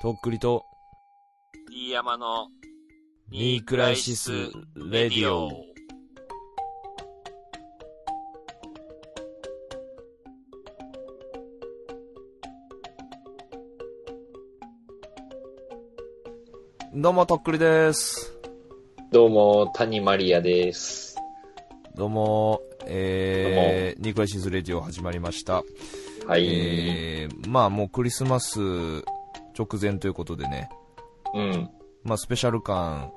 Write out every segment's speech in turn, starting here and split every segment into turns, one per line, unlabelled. とっくりと、
飯山の
ニークライシス・レディオ。どうも、とっくりです。
どうも、谷マリアです。
どうも、えー、ニークライシス・レディオ始まりました。
はい。
えー、まあもうクリスマス直前ということでね、
うん。
まあスペシャル感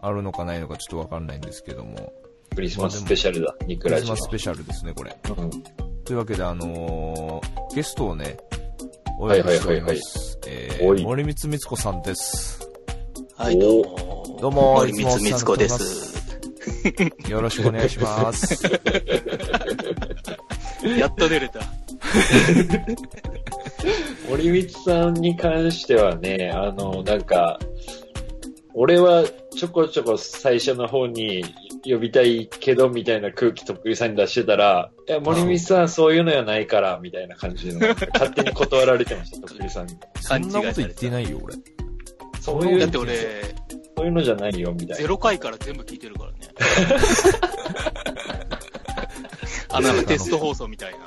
あるのかないのかちょっとわかんないんですけども、
クリスマススペシャルだ、ニ
ク
クラ
リス
イシの
マススペシャルですね、これ。
うん。
というわけで、あのーゲストをね、お呼びしております。えー
おい
森光光子さんです。
はい、どうも。
どうも
森
いつもお世話に
光
なって
光
おり
子で
ます
す。
よろしくお願いします。
やっと出れた。
森光さんに関してはね、あの、なんか、俺はちょこちょこ最初の方に呼びたいけど、みたいな空気とっくりさんに出してたら、いや、森光さんそういうのはないから、みたいな感じの、勝手に断られて ました、とっくりさんに。
そんなこと
勘違いさ
言
れ
って
た
てないよ、俺。
そういう、
だっ
そ
て俺、
ういうのじゃないよ、みたい
ゼ
な。
ロ回から全部聞いて るからね。あの、テスト放送みたいな。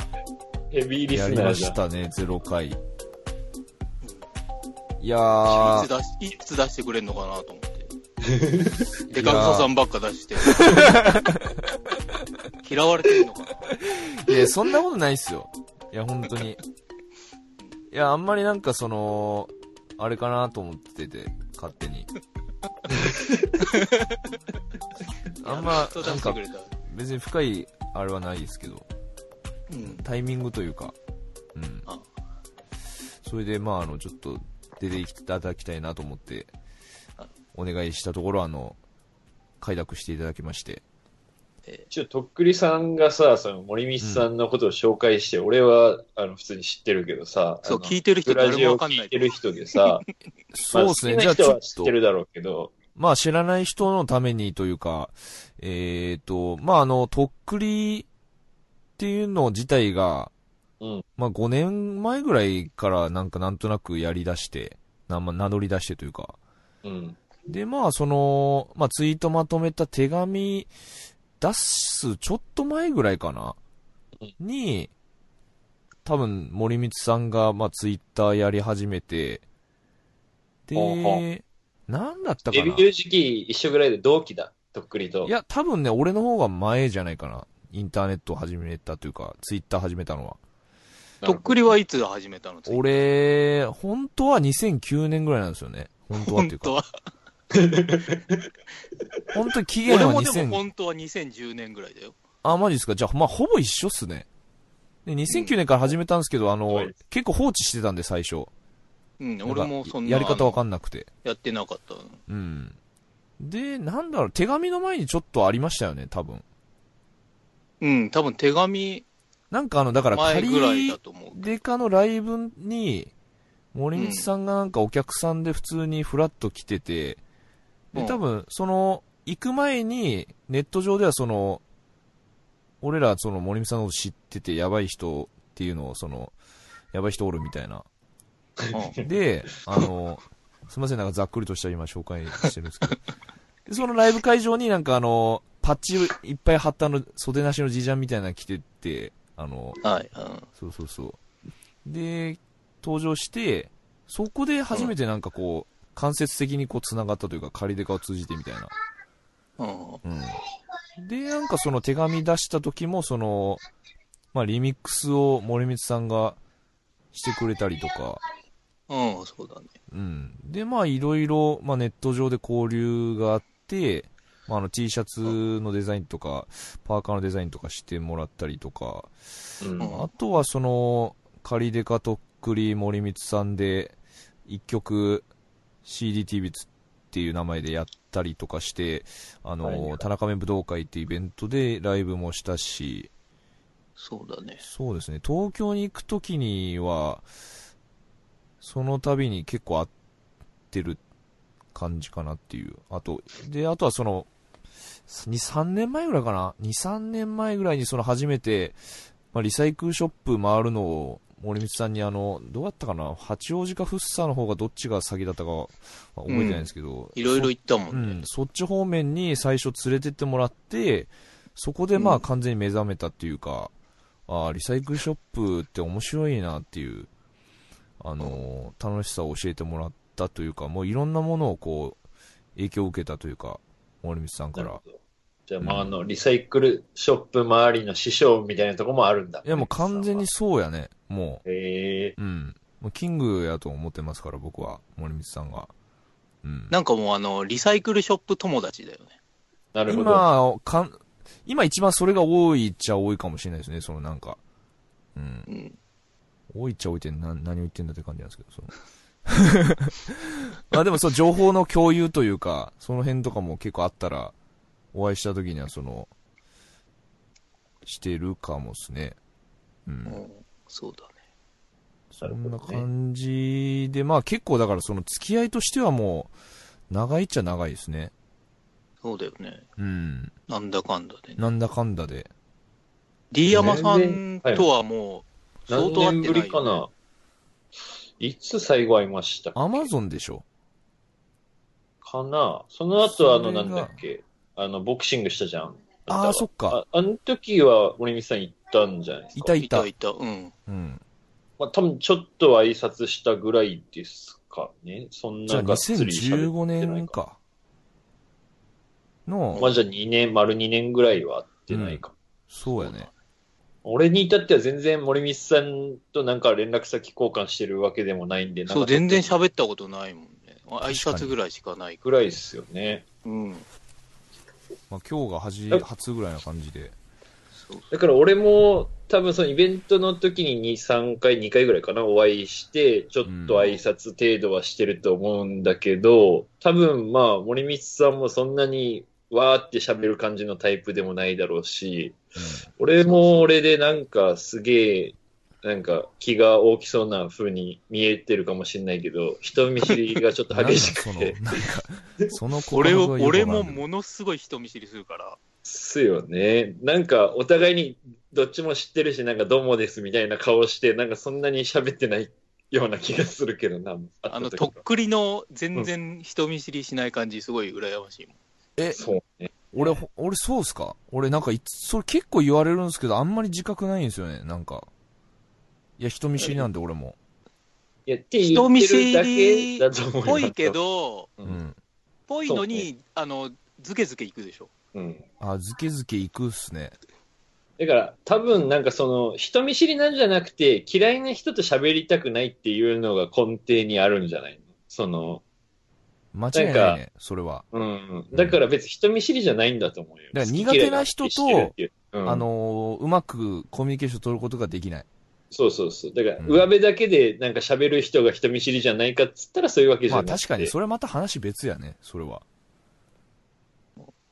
ヘビーリ
や
ス
り
ナー
ま
じゃ
し
ん。
たね、ゼロ回。いや
い
ー、
つ出し、いつ出してくれんのかなと思って。でかくささんばっか 出して。嫌われてるのかない
や、そんなことないっすよ。いや、本当に。いや、あんまりなんかその、あれかなと思ってて、勝手 に。あんま、
やっと
な
出
ん
して
か
くれた。
別に深いあれはないですけど、
うん。
タイミングというか、うん。
あ
それで、まあ、あの、ちょっと出ていただきたいなと思って、お願いしたところ、あの、快諾していただきまして。
ちょ、とっくりさんがさ、その森光さんのことを紹介して、俺は、あの、普通に知ってるけどさ、
そう、
あの
聞いてる人
ラ
誰
ジ
もわ
オ
かんな
聞い
い
て。る人で さ、
そ
ま
う
あ
ですね、
好き
じゃ
な
あち
人
ょっ
は知っ
と
て。るだろうけど、
まあ知らない人のためにというか、えっ、と、まああの、とっくりっていうの自体が、
うん
まあ5年前ぐらいからなんかなんとなくやり出して、なまあ名乗り出してというか。
うん。
で、まあその、まあツイートまとめた手紙出すちょっと前ぐらいかな
うん
に、多分森光さんがまあツイッターやり始めて、
ほうほ
で、なんだったか
デ
な
ビュー時期一緒ぐらいで同期だ、とっくりと。
いや、多分ね、俺の方が前じゃないかな。インターネットを始めたというか、ツイッター始めたのは。
なるほ
と
ど、
っくりはいつ始めたの
俺、本当は2009年ぐらいなんですよね。本当はっ
本
ていう
当
か。
は。
本当に期限
俺
は
もでも
2000、
本当は2010年ぐらいだよ。
あ、マジですか。じゃあ、まあ、ほぼ一緒っすね。で、2009年から始めたんですけど、あの、
はい
結構放置してたんで、最初。
うん、
なんか
俺もそんな。
やり方わかんなくて。
やってなかった。
うん。で、なんだろう、手紙の前にちょっとありましたよね、多分。
うん、多分手紙
なんかあの、だから、
前
仮
ぐらいだと思う。
デカのライブに、森光さんがなんかお客さんで普通にフラッと来てて、
う
で、
ん
多分、その、行く前に、ネット上ではその、俺らその森光さんのこと知ってて、やばい人っていうのを、その、やばい人おるみたいな。
うん
で、あの、すいません、なんかざっくりとした今紹介してるんです けど。でそのライブ会場になんかあの、パッチいっぱい貼ったあの、袖なしのじいちゃんみたいなの着てて、あの、
はい、うん。
そうそうそう。で、登場して、そこで初めてなんかこう、間接的にこう繋がったというか、仮デカを通じてみたいな。
うん。
うん。で、なんかその手紙出した時も、その、まあリミックスを森光さんがしてくれたりとか、
うん、そうだね。
うん。で、まあいろいろ、まあネット上で交流があって、まああの T シャツのデザインとか、パーカーのデザインとかしてもらったりとか、
うん。
うん
あとはその、仮デカとっくり森光さんで、一曲、CDTV っていう名前でやったりとかして、あの、
はい
田中目武道会っていうイベントでライブもしたし、
そうだね。
そうですね、東京に行くときには、その度に結構会ってる感じかなっていう。あと、で、あとはその、2、3年前ぐらいかな ?2、3年前ぐらいにその初めて、まあ、リサイクルショップ回るのを、森光さんにあの、どうやったかな、八王子か福生の方がどっちが先だったかは覚えてないんですけど、
いろいろ言ったも
うん
ね。
ん、そっち方面に最初連れてってもらって、そこでまあ完全に目覚めたっていうか、ああ、リサイクルショップって面白いなっていう、あのー楽しさを教えてもらったというか、もういろんなものをこう、影響を受けたというか、森光さんか
なる
ら。
ほどじゃあ、
うん
まあ、あの、リサイクルショップ周りの師匠みたいなとこもあるんだ。
いや、もう完全に。そうやね、も
へえ
う。うん。もうキングやと思ってますから、僕は、森光さんが。うん。
なんかもうあの、リサイクルショップ友達だよね。
なるほど。
今、かん、今一番それが多いっちゃ多いかもしれないですね、そのなんか。うん。
うん。
多いっちゃ多いってな何を言ってんだって感じなんですけど、その。まあでもそう、 情報の共有というか、その辺とかも結構あったら、お会いした時にはその、してるかもですね。う。
うんんそうだね。
そんな感じで、まあ結構だからその付き合いとしてはもう、長いっちゃ長いですね。
そうだよね。
うん。
なんだかんだでね。
なんだかんだで。
D 山さんとはもう、相
何
当会
年
って
ぶ
ない
りか
よね。
ないつ最後会いました
アマゾンでしょ
かなその後は、あ
そ
の、
れが
なんだっけあの、ボクシングしたじゃん。
ああ、そっか。
あ、あの時は、森光さん行ったんじゃないです
い
か。
たい
い
た
た。いた。うん。
うん。
まあ、多分ちょっと挨拶したぐらいですかね。そん
じゃあ
ながっつり喋
2015
ってない
年か。の、
まあじゃあ2年、丸2年ぐらいは会ってないか。
そうやね。
俺に至っては全然森光さんとなんか連絡先交換してるわけでもないんで、
そう、全然喋ったことないもんね。挨拶ぐらいしかないか
ぐらいですよね。
ら。うん。
まあ、今日が初
え
初ぐらいな感じで。
そう
だから俺も多分そのイベントの時に2、3回、2回ぐらいかな、お会いして、ちょっと挨拶程度はしてると思うんだけど、多分まあ森光さんもそんなにわーって喋る感じのタイプでもないだろうし、俺も俺でなんかすげえ、なんか気が大きそうな風に見えてるかもしれないけど、人見知りがちょっと 激しくて
な、んなんその、なんか、その
俺
心の
を、
声よく
俺
わからん
も
けど
ものすごい人見知りするから。
ですよね。なんかお互いにどっちも知ってるし、なんかどうもですみたいな顔して、なんかそんなに喋ってないような気がするけどな、会った
あの、
時
とっくりの全然人見知りしない感じ、すごい羨ましいもん。
え、
そうね。
俺ほ、俺そうっすか俺なんかいつ、それ結構言われるんですけど、あんまり自覚ないんですよね、なんか。いや、人見知りなんで俺も。
いや、って言ってるだけだと思います。
ぽいけ。ど、
う。
うんん。
ぽいのに、
そ
あの、ずけずけ行くでしょ。
うん
あ、ずけずけ行くっすね。
だから、多分なんかその、人見知りなんじゃなくて、嫌いな人と喋りたくないっていうのが根底にあるんじゃないのその、
間違いないね、それは。
うん。だから別に人見知りじゃないんだと思うよ。
だから
好き
苦手な人と
嫌い知ってるっていううん、
あのーうまくコミュニケーション取ることができない。
そうそうそう。だから、
うん
上辺だけでなんか喋る人が人見知りじゃないかっつったらそういうわけじゃ
ま
な
あ
くて。
確かに、それはまた話別やね、それは。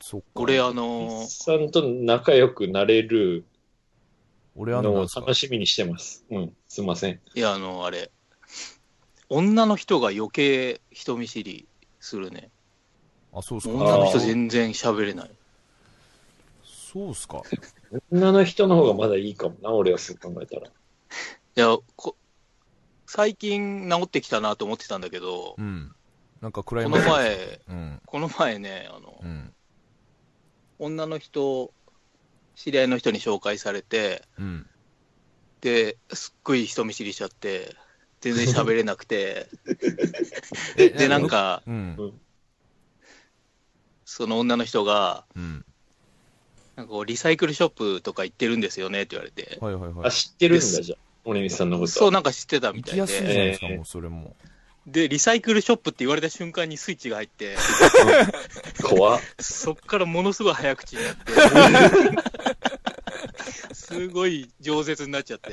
そっか。
俺、あ
森
の、
さんと仲良くなれる
俺あ
の
の、なん
を
すか
楽しみにしてます。うん。すいません。
いや、あの、あれ、女の人が余計人見知りするね。
あ、そうっすか。
女の人
あー
全然喋れない。
そうっすか。
女の人の方がまだいいかもな、俺はそう考えたら。
いや、こ最近治ってきたなと思ってたんだけど
う、ん。なんか暗い
こ
も
の
ん
前、
うん。
この前ね、あの
う、ん。
女の人、知り合いの人に紹介されて、
うん。
で、すっごい人見知りしちゃって、全然喋れな くて、
え
で、なん、か、
うん。
その女の人が、
うん。
なんかこうリサイクルショップとか行ってるんですよねって言われて、
はいはいは
あ、
い。
知ってるんだ、じゃあ。森光さんのこと。
そう、なんか知ってたみ
行
た
き
い
やすいじゃない
で、
ですか、
えー
もうそれも。
で、リサイクルショップって言われた瞬間にスイッチが入って、
怖っ
そっからものすごい早口にな って、すごい饒舌になっちゃって、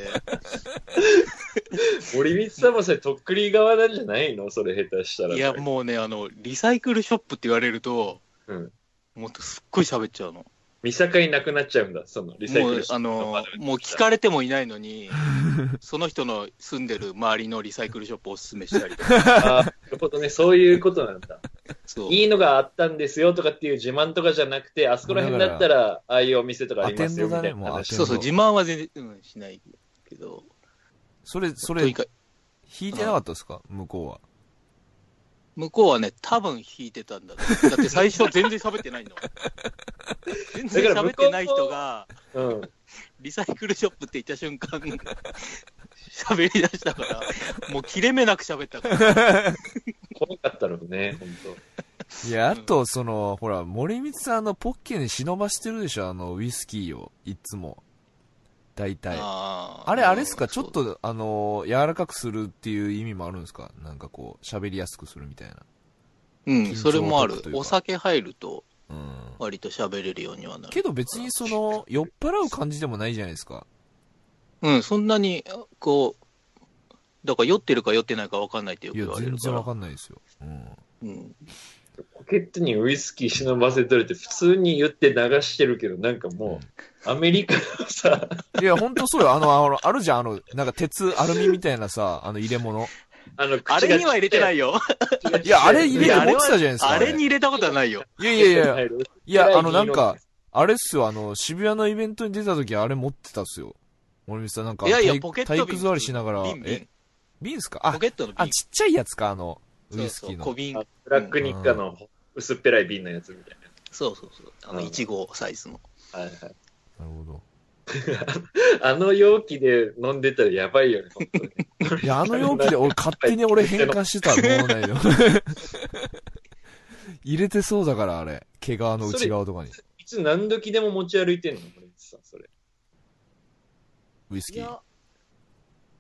森光さんもそれ、とっくり側なんじゃないのそれ下手したら。
いや、もうね、あの、リサイクルショップって言われると、
うん
もっとすっごい喋っちゃうの。
見境なくなっちゃうんだ、その、リサイ
も
ク
う
ル、
あの、もう聞かれてもいないのに、 その人の住んでる周りのリサイクルショップをおすすめしたりとか、
あーなるほどね、そういうことなんだ。
そう。
いいのがあったんですよとかっていう自慢とかじゃなくて、あそこら辺だったら、ああいうお店とかありますよみたいな
アテンドだねもうア
話。
テンド
そうそう、自慢は全然、うん、しないけど、
それ、そ
と
れ、
にかく
引いてなかったですか向こうは。
向こうはね、多分弾いてたんだろう。だって最初全然喋ってないの。全然喋ってない人が、
うん。
リサイクルショップって言った瞬間、喋り出したから、もう切れ目なく喋ったから。
怖かったろうね、本
いや、あと、その、ほら、森光さん、あの、ポッケに忍ばしてるでしょあの、ウイスキーを。いつも。大体。
あー
あれ、あれですかち
そ
ょ
う
っと、あの、柔らかくするっていう意味もあるんですかなんかこう、喋りやすくするみたいな。
うん、それもあ
緊張を解くとい
る
う。か
お酒入ると、
うん。
割と喋れるようにはなる。
けど別にその、酔っ払う感じでもないじゃないですか。
うん、そんなに、こう、だから酔ってるか酔ってないか分かんないってよく
いや
言、われ
全
るか
然わ
ら。
かんないですよ。うん。
うん、
当。ポケットにウイスキー忍ばせとるって普通に言って流してるけど、なんかもう、アメリカ のさ、
いや、ほんとそうよ。あの、あの、あるじゃん、あの、なんか鉄、アルミみたいなさ、あの入れ物。
あの、。
あれには入れてないいよ。
いや、あれ入れて
い
持
や
っ
あれ
て
は
たじゃないですか。
あれに入れたこと はないよ。
いやいやいや、い
い
や、あの、なんか、あれっすよ、あの、渋谷のイベントに出た時あれ持ってたっすよ。森光さん、なんか、
いやいや、
体
ポケット
体
瓶。
育座りしながら、
瓶
え
瓶、
瓶っすか
ポ
あ、
ケットの
あ、
瓶。
ちっちゃいやつか、あの、ウ
そう
イス
そ
キー
う、
の。
小瓶。
ブラックニッカの薄っぺらい瓶のやつみたい
そうそうそう。あの、
うん
1号サイズの。
な。はいはい。
なるほど。
あの容器で飲んでたらやばいよね、本当に。
いや、あの容器で俺勝手に 俺変換してたの、脳内の。 入れてそうだから、あれ。毛皮の内側とかに。
いつ何時でも持ち歩いてんの森口さん、それ。
ウイス
い
キー。
や、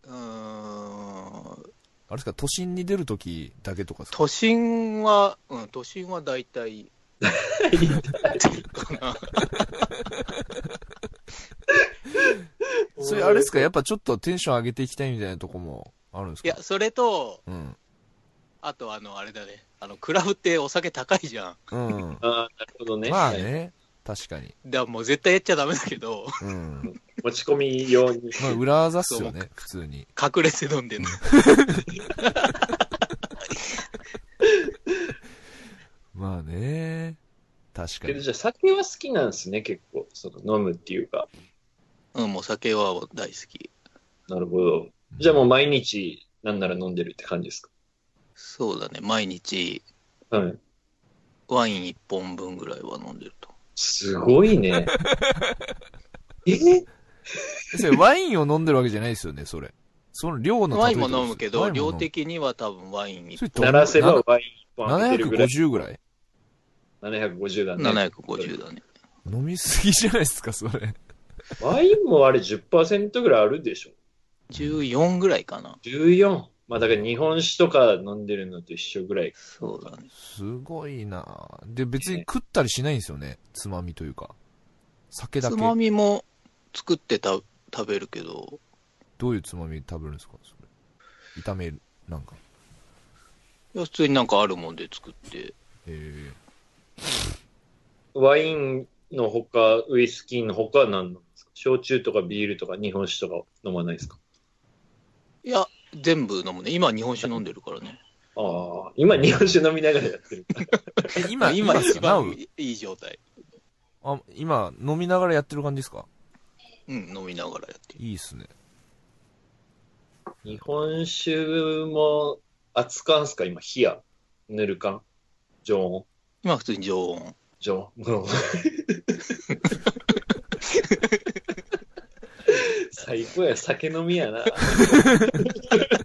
うーん、
あれですか、都心に出るときだけとかですか
都心は、うん、都心は大体、 かな
それあれですか、やっぱちょっとテンション上げていきたいみたいなとこもあるんです
い
か
や、それと、
うん。
あと、あの、あれだね、あの、クラブってお酒高いじゃん。
うん。
ああ、なるほどね。
まあね、確かに。
だからもう絶対やっちゃダメだけど、
うん。
持ち込み 用に。
まあ、裏技っすよね、普通に。
隠れて飲ん でんの。
まあね、確か
けど
に。
じゃあ酒は好きなんですね、結構。その飲むっていうか。
うん、もう酒は大好き。
なるほど。じゃあもう毎日、なんなら飲んでるって感じですか
そうだね、毎日、
はい。
ワイン1本分ぐらいは飲んでると。
すご いね。え
それワインを飲んでるわけじゃないですよね、それ。その量の
ワ
例
イ
え
ン
と
も
かです
飲むけ
ワ
ど、
インも飲
量
む
的には多分ワイン
それ
1
ど
鳴らせばワイン一本開けてるぐらい。
750ぐらい
750だね。
750だね。
飲みすぎじゃないですか、それ。
ワインもあれ10%ぐらいあるでしょ。
14ぐらいかな。
14。まあだから日本酒とか飲んでるのと一緒ぐらい。
そうだね。
すごいなで、別に食ったりしないんですよね、つまみというか。酒だ
つ
け。
まみも作ってた食べるけど、
どういうつまみ食べるんですか、それ。炒める、なんか。
いや普通になんかあるもんで作って、
え
ワインのほか、ウイスキーのほかは何なんですか焼酎とかビールとか日本酒とか飲まないですか
いや、全部飲むね。今日本酒飲んでるからね。
ああ、今日本酒飲みながらやってる。
ー、え今、
今
です
一
か
番いい状態。
なうあ今、飲みながらやってる感じですか
うん、飲みながらやってる。
いいっすね。
日本酒も扱うんすか今、冷や、ぬるかん、常温、
今普通に常温。
常温。 最高や、酒飲みやな。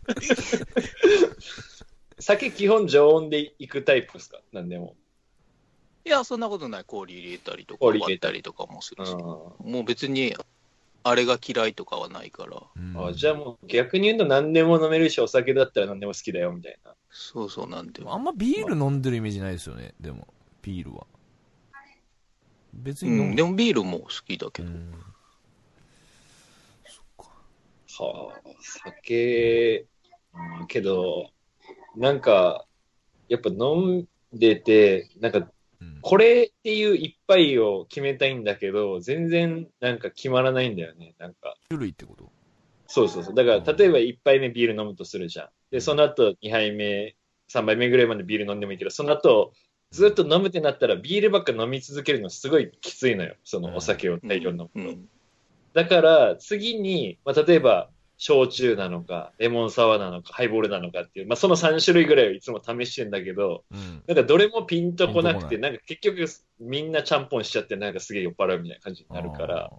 酒基本常温で行くタイプですか何でも。
いや、そんなことない。氷入れたりとか、
氷
割
入れ
ったたりとかもす
う
るし。
ん
もう別に、あれが嫌いとかはないから。
うん
あじゃあもう逆に言うと何でも飲めるし、お酒だったら何でも好きだよ、みたいな。
そうそう、なんで
で
も
もあんまビール飲んでるイメージないですよね、でも、ビールは。別
う
に飲む。
ん、でもビールも好きだけ
う
ど。
ん
はあ、酒、うんけど、なんか、やっぱ飲んでて、なんか、
うん
これっていう一杯を決めたいんだけど、全然なんか決まらないんだよね。なんか、
種類ってこと
そうそうそう。だから、例えば1杯目ビール飲むとするじゃん。で、その後2杯目、3杯目ぐらいまでビール飲んでもいいけど、その後、ずっと飲むってなったら、ビールばっか飲み続けるのすごいきついのよ。そのお酒を大量に飲むと。
うん。
だから、次に、まあ、例えば、焼酎なのか、レモンサワーなのか、ハイボールなのかっていう、まあ、その3種類ぐらいをいつも試してんだけど、
うん。
なんかどれもピンとこなく
ピ
て、
ン
なんか結局みんなちゃんぽんしちゃって、なんかすげえ酔っ払うみたいな感じになるから、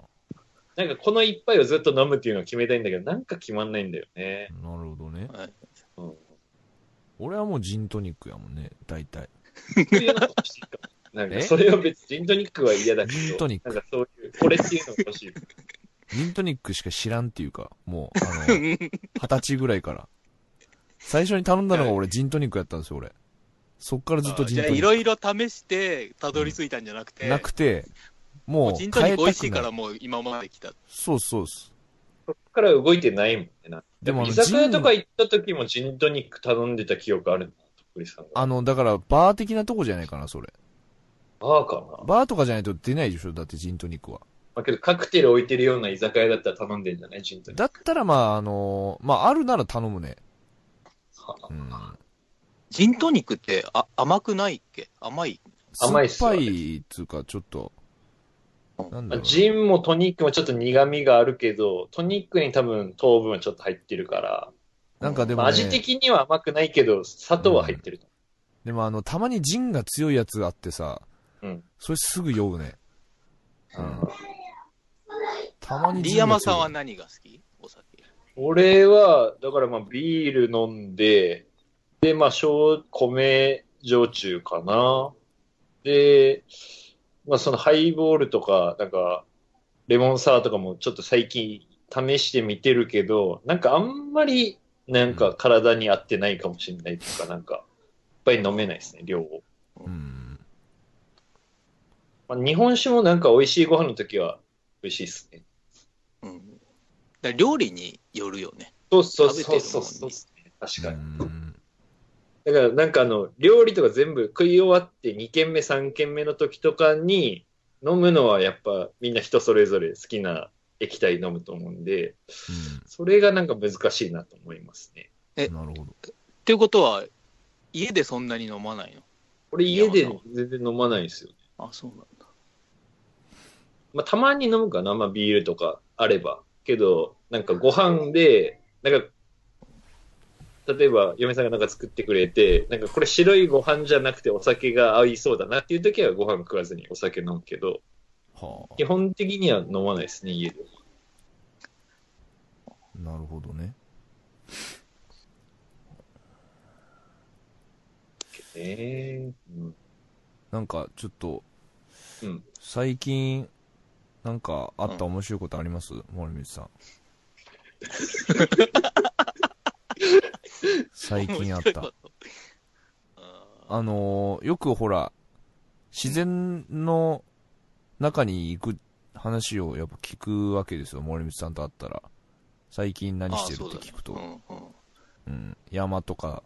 なんかこの一杯をずっと飲むっていうのを決めたいんだけど、なんか決まんないんだよね
あ。ー。なるほどね。
はい
うん、
俺はもうジントニックやもんね、大体。
っていうのが欲しいかも。なんか
え
それを別にジントニックは嫌だけど、
ジントニック
なんかそういう、これっていうのが欲しい。
ジントニックしか知らんっていうか、もう、あの、 二十歳ぐらいから。最初に頼んだのが俺、ジントニックやったんですよ、俺。そっからずっとジン
じゃあ、
トニ
い
ック。
ろいろ試して、たどり着いたんじゃなくて、
なくて、もう、
ジントニック美
変え
味
た
し
く
い
な
か
い
ら、もう今まで来た。
そうそうです。
そっから動いてないもんね。なんか
でもあの
居酒屋とか行った時もジントニック頼んでた記憶あるな、とっくりさんが。
あの、だから、バー的なとこじゃないかな、それ。
バーかな。
バーとかじゃないと出ないでしょ、だってジントニックは。
まあ、けどカクテル置いてるような居酒屋だったら頼んでんじゃないジントニック。
だったら、まあ、あの、まあ、あるなら頼むね。うん。
ジントニックってあ甘くないっけ甘い
甘いっす
酸
よ
っぱい、つうか、ちょっと、なんだろうな。
ジンもトニックもちょっと苦味があるけど、トニックに多分糖分はちょっと入ってるから、
なんかで
ま
も、
あ
ね、
味的には甘くないけど、砂糖は入ってる。
でもあの、たまにジンが強いやつあってさ、
うん
それすぐ酔うね。
うん
たまに
リ
ジンが強い
ーヤマさんは何が好きお酒。
俺は、だからまあビール飲んで、で、まあ小、米、焼酎かな。で、まあそのハイボールとか、なんか、レモンサワーとかもちょっと最近試してみてるけど、なんかあんまり、なんか体に合ってないかもしれないというか、なんか、いっぱい飲めないですね、量を。
うん。
まあ、日本酒もなんか美味しいご飯の時は美味しいですね。
うん。だから料理によるよね。
そうそう
食べて
そ
る
うそうそ
もんね
うっすね。確かに。
うん
だからなんかあの、料理とか全部食い終わって2軒目3軒目の時とかに飲むのはやっぱみんな人それぞれ好きな液体飲むと思うんで、それがなんか難しいなと思いますね。
うんなるほど。
っていうことは、家でそんなに飲まないの
俺家で全然飲まないんですよ。
あ、そうなんだ。
まあたまに飲むかな、まあビールとかあれば。けど、なんかご飯で、なんか、例えば嫁さんがなんか作ってくれて、なんかこれ白いご飯じゃなくてお酒が合いそうだなっていう時はご飯食わずにお酒飲むけど、
は
基本的には飲まないですね、家で。
あ、なるほどね。
ええ
なんか、ちょっと、
うん
最近、なんか、あった面白いことあります森光 さん。最近あっ
面白い
た
こ。と。あ
あのーよくほら、自然の中に行く話をやっぱ聞くわけですよ、森光さんと会ったら。最近何
ー
してるって聞くと。う
あーそうだねうんうん
ん。山とか、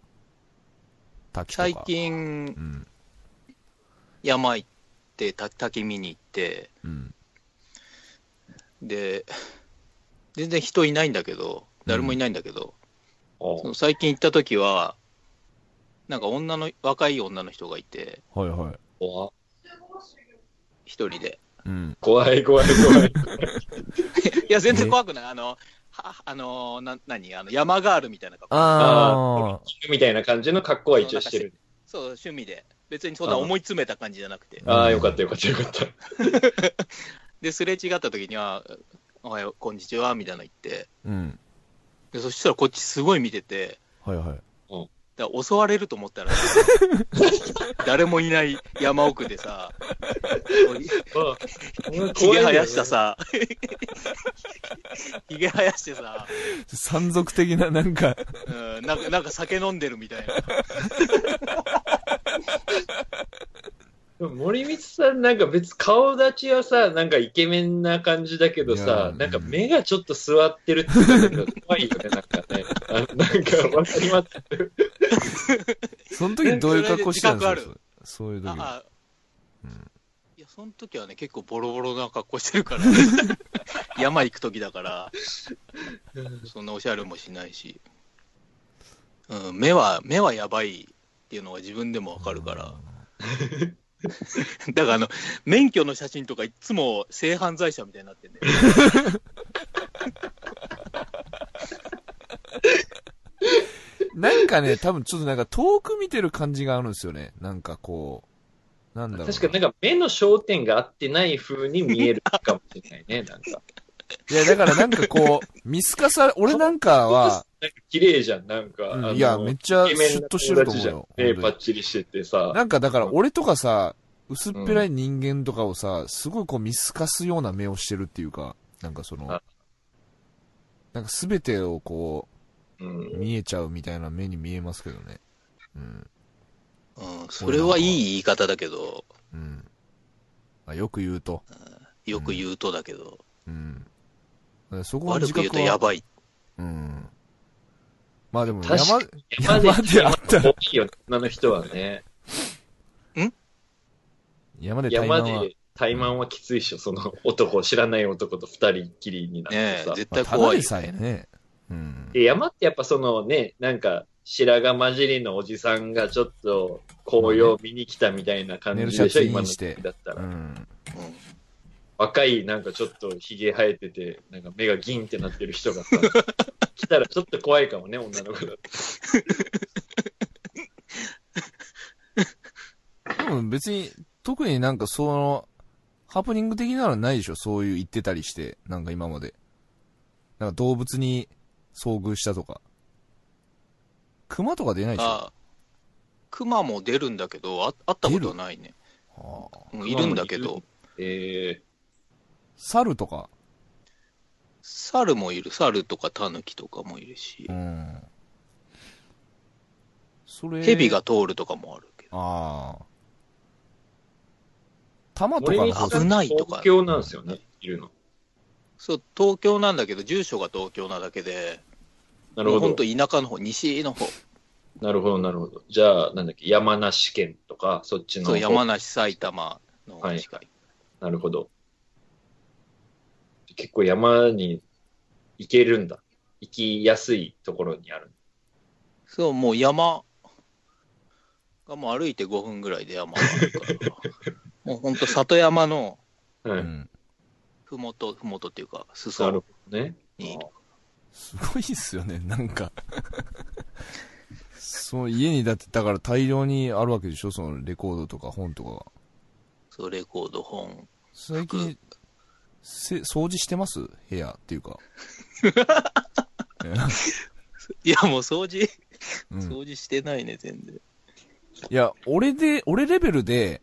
滝とか。
最。近
う、ん。
山行って、た滝見に行って、
うん。
で、全然人いないんだけど、誰もいないんだけど、その最近行った時は、なんか女の、若い女の人がいて、
はいはい。
怖
一人で。
うん。
怖い怖い怖い。
いや、全然怖くない。あの、は、あの、な、何あの、山ガールみたいな格好
あ
みたいな感じの格好は一応してる。
そう、趣味で。別にそんな思い詰めた感じじゃなくて。
あー
ああー、よかったよかったよかった。
で、すれ違った時には、おはよう、こんにちは、みたいなの言って。
ー。うん。
で、そしたらこっちすごい見てて、
はいはい。
だから襲われると思っ たら、誰もいない山奥 で
あ
さ、ひげ生やした。さ、ひげ生やしてさ、
山賊的な、なんか、
うん、なんかなんか酒飲んでるみたいな。
でも森光さんなんか別顔立ちはさ、なんかイケメンな感じだけど
いや
さ
ー、
なんか目がちょっと座ってるっていうか怖いよね、なんかね。あなんかわかりま す。
その時どういう格好してたんです
自 覚
かそういう時。
ああ
うん
いや、その時はね、結構ボロボロな格好して るから、山行く時だから、そんなおしゃれもしないし、うん、目は、目はやばいっていうのは自分でもわかるから、 だからあの、免許の写真とかいつも性犯罪者みたいになってんだよ
なんかね、多分ちょっとなんか遠く見てる感じがあるんですよね。なんかこう、なんだろうな。
確かになんか目の焦点が合ってない風に見えるかもしれないね、なんか。
いや、だからなんかこう、見透かさ、俺なんかは、
なんか綺麗じゃん、なんか。
うん
あの
いや、めっちゃシュッとしてると思うよ。
イケメンな友達じゃん目パ
本
ッチリしててさ
当に。なんかだから俺とかさ、薄っぺらい人間とかをさ、すごいこう見透かすような目をしてるっていうか、なんかその
あ、
なんか全てをこ
うん
う、見えちゃうみたいな目に見えますけどね。うん。
うん、それはいい言い方だけど、
うん。あよく言うと。
よく言うとだけど、
うん。だからそこは
悪
自
く言う
覚
と
は。
やばい。
うん。まあでも山、
確かに
山で会ったら、
大きいよ、女の人はね。
山で対
山
マンは、
で対マンはきついっしょ、その男、知らない男と二人っきりになって
ねえ
さ、。
絶
まあ
対
ただ
怖い
で
よ。
さえね。うん。
で、山ってやっぱそのね、なんか、白髪混じりのおじさんがちょっと紅葉見に来たみたいな感じ
まあね
でしょ、
寝るシャツ
今の
インして
時だった
う
ら。
ん。
うん
若い、なんかちょっと髭生えてて、なんか目がギンってなってる人が さ、来たらちょっと怖いかもね、女の子だと。
でも別に、特になんかその、ハプニング的なのはないでしょそういう言ってたりして、なんか今まで。なんか動物に遭遇したとか。熊とか出ないでしょ
あ熊も出るんだけど、あ会ったことはないね。
ああ
うんいるんだけ
熊もい
ど、
え
猿とか。
猿もいる、猿とかタヌキとかもいるし
う、ん。それ。
蛇が。通るとかもあるけど。
ああ。玉
ー、
とかの
森
方
光
で
さ
す
ん
危ないとか
東京なんですよね、いるの。
そう、東京なんだけど、住所が東京なだけで、
なるほ
もう
ど
ほんと。田舎の方、西の方、
なるほど、なるほど。じゃあ、なんだっけ、山梨県とか、そっちの。
そう、山梨、埼玉の方に近い。
なるほど。結構山に行けるんだ。行きやすいところにある。
そう、もう山がもう歩いて5分ぐらいで山があるから、もうほんと里山の
は
う
い。
ん。
ふもと、ふもとっていうか、
なるほ
裾
どね。
にいる。
すごいっすよね、なんか。 そう、家にだって、だから大量にあるわけでしょそのレコードとか本とかが。
そう、レコード、本。
最近、せ掃除してます部屋って いうか。
いや、もう掃除、
うん、い
掃除してないね、全然。
や、俺で、俺レベルで、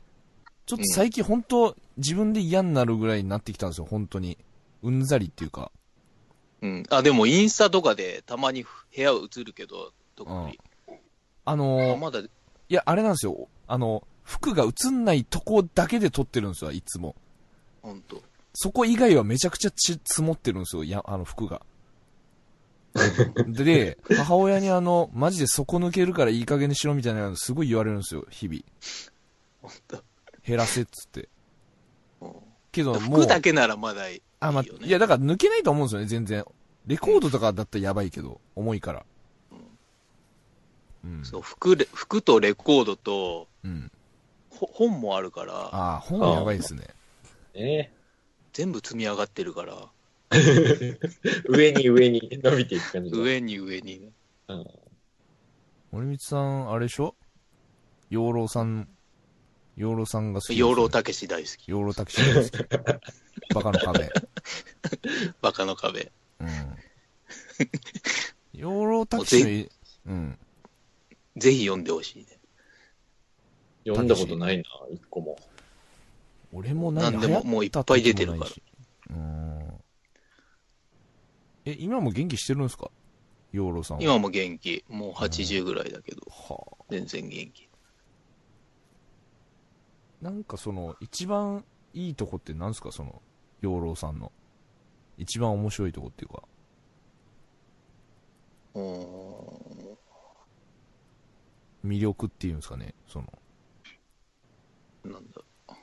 ちょっと最近本当、自分で嫌になるぐらいになってきたんですよ、本当に。うんざりっていうか。
うん。あ、でもインスタとかでたまに部屋映るけど、特に。
あ
あ
のー、
まだ、
いや、あれなんですよ。あの、服が映んないとこだけで撮ってるんですよ、いつも。
ほんと。
そこ以外はめちゃくちゃ血積もってるんですよ、いや、あの服が。で、 母親にあの、マジで底抜けるからいい加減にしろみたいなのすごい言われるんですよ、日々。
ほんと。
減らせっつって。
う
けど
ん
もう
服、だけならまだいい。
あ、まあ
いいよ、ね
いや、だから抜けないと思うんですよね、全然。レコードとかだったらやばいけど、重いから。うん。
そう、服レ、服とレコードと、
うん。
ほ本もあるから、
ああ、本はやばいですね。
ね
全部積み上がってるから、
上に上に伸びていく感じだ。
上に上に。
うん
森光さん、あれでしょ養老さん、養老さんが好き、
養老。たけし大好き。
養老タクシーが好 き。バカの壁。
バカの壁。
うん。養老タクシー、うん。
ぜひ読んでほしいね。
読んだことないな、一個も。
俺もない
なんでももういっぱい出てるから。
流行った時もないしうん。え、今も元気してるんですか養老さんは。は
今も元気。もう80ぐらいだけど、
あ。
全然元気。
なんかその、一番いいとこってなんですかその、養老さんの。一番面白いとこっていうか。
うーん。
魅力っていうんですかねその。
なんだ。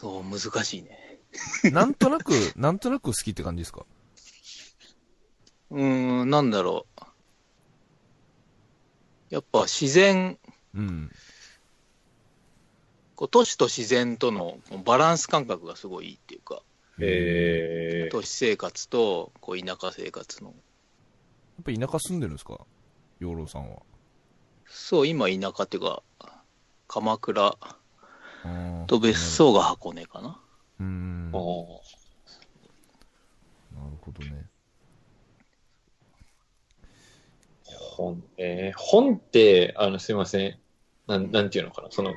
そう、難しいね。
なんとなく、 なんとなく好きって感じですか
うーん、なんだろう。やっぱ自然、
うん。
こう都市と自然とのこうバランス感覚がすごいいいっていうか、
えー、
都市生活とこう田舎生活の。
やっぱ田舎住んでるんですか養老さんは。
そう、今田舎っていうか、鎌倉
うん
と別。荘が箱根かな。
うん。なる
お
ほどね。
本、えー本って、あの、すいません。なん、なんていうのかな。その、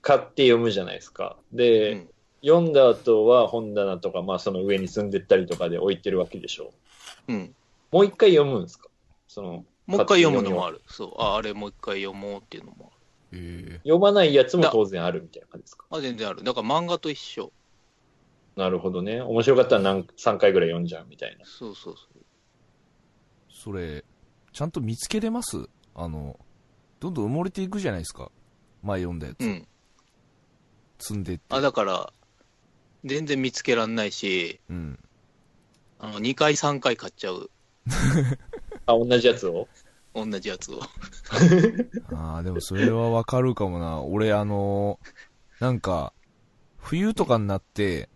買って読むじゃないですか。で、
うん
読んだ後は本棚とか、まあその上に積んでったりとかで置いてるわけでしょ
うん。
もう一回読むんですかその、
もう一回読むのもある。そう。あ、あれもう一回読もうっていうのも
え
読まないやつも当然あるみたいな感じですか
ある。あ、全然ある。だから漫画と一緒。
なるほどね。面白かったら何3回ぐらい読んじゃうみたいな。
そうそうそう。
それ、ちゃんと見つけれますあの、どんどん埋もれていくじゃないですか。前読んだやつ。
うん。
積んでって。
あ、だから、全然見つけらんないし、
うん。
あの、2回3回買っちゃう。
あ、同じやつを
同じやつを。
ああ、でもそれはわかるかもな。俺、あのーなんか、冬とかになって、